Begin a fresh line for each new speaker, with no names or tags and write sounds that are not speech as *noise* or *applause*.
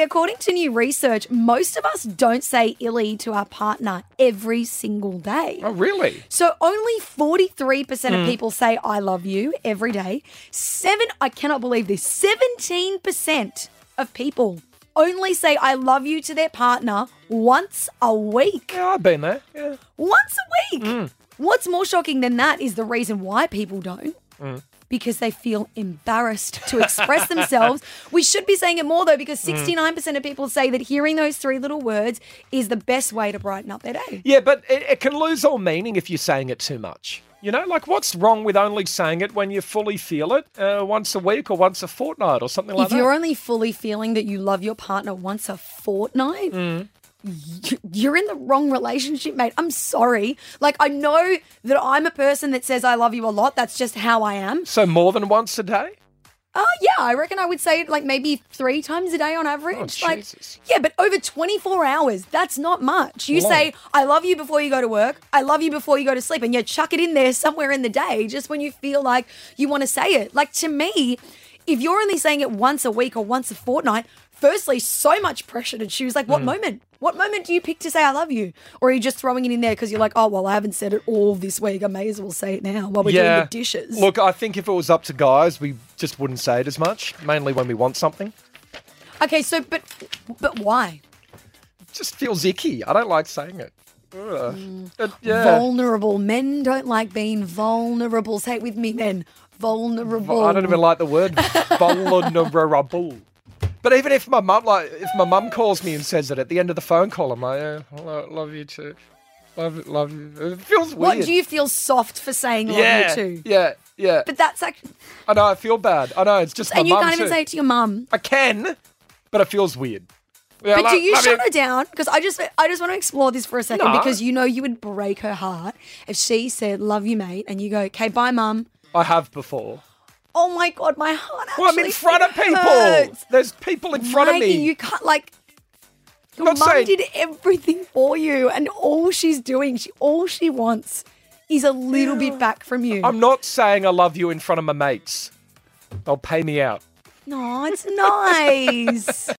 According to new research, most of us don't say illy to our partner every single day.
Oh, really?
So only 43% of people say I love you every day. 7 I cannot believe this. 17% of people only say I love you to their partner once a week.
Yeah, I've been there. Yeah.
Once a week.
Mm.
What's more shocking than that is the reason why people don't.
Mm.
Because they feel embarrassed to
*laughs*
express themselves. We should be saying it more though,
Mm.
because 69% of people say that hearing those three little words is the best way to brighten up their day.
Yeah, but it, it can lose all meaning if you're saying it too much. You know, like what's wrong with only saying it when you fully feel it uh, once a week or once a fortnight or something like
if you're
that?
only fully feeling that you love your partner once a fortnight,
Mm.
y- you're in the wrong relationship, mate. I'm sorry. Like, I know that I'm a person that says I love you a lot. That's just how I am.
So more than once a day?
Oh, yeah. I reckon I would say it like maybe three times a day on average.
Oh,
like,
Jesus.
yeah, but over 24 hours, that's not much. You
Long.
say, I love you before you go to work. I love you before you go to sleep. And you chuck it in there somewhere in the day just when you feel like you want to say it. Like, to me, if you're only saying it once a week or once a fortnight, firstly, so much pressure to choose. Like, what
Mm.
moment? What moment do you pick to say I love you? Or are you just throwing it in there because you're like, oh, well, I haven't said it all this week. I may as well say it now while we're doing the dishes.
Look, I think if it was up to guys, we just wouldn't say it as much, mainly when we want something.
Okay, so, but, but why?
It just feels icky. I don't like saying it. Ugh.
Mm.
It- yeah.
Vulnerable. Men don't like being vulnerable. Say it with me, men. Vulnerable.
I don't even like
*laughs*
the word vulnerable. But even if my mum, like, if my mum calls me and says it at the end of the phone call, I'm like, yeah, lo- love you too, love, love you. It feels weird.
What do you feel soft for saying love
yeah,
you too?
yeah, yeah.
But that's like,
I know. I feel bad. I know. It's just my
and you
mum
can't even
too.
say it to your mum.
I can, but it feels weird. Yeah,
But
lo-
do you
love
shut her down? Because I just, I just want to explore this for a second.
No.
Because you know, you would break her heart if she said "love you, mate," and you go, "Okay, bye, mum."
I have before.
Oh my god, my heart. Actually
Well, I'm in front of people.
hurts.
There's people in front of
Maggie,
me.
You can't like. Your
Not
mum
saying-
did everything for you, and all she's doing, she all she wants, is a little bit back from you.
I'm not saying I love you in front of my mates. They'll pay me out.
No, it's nice.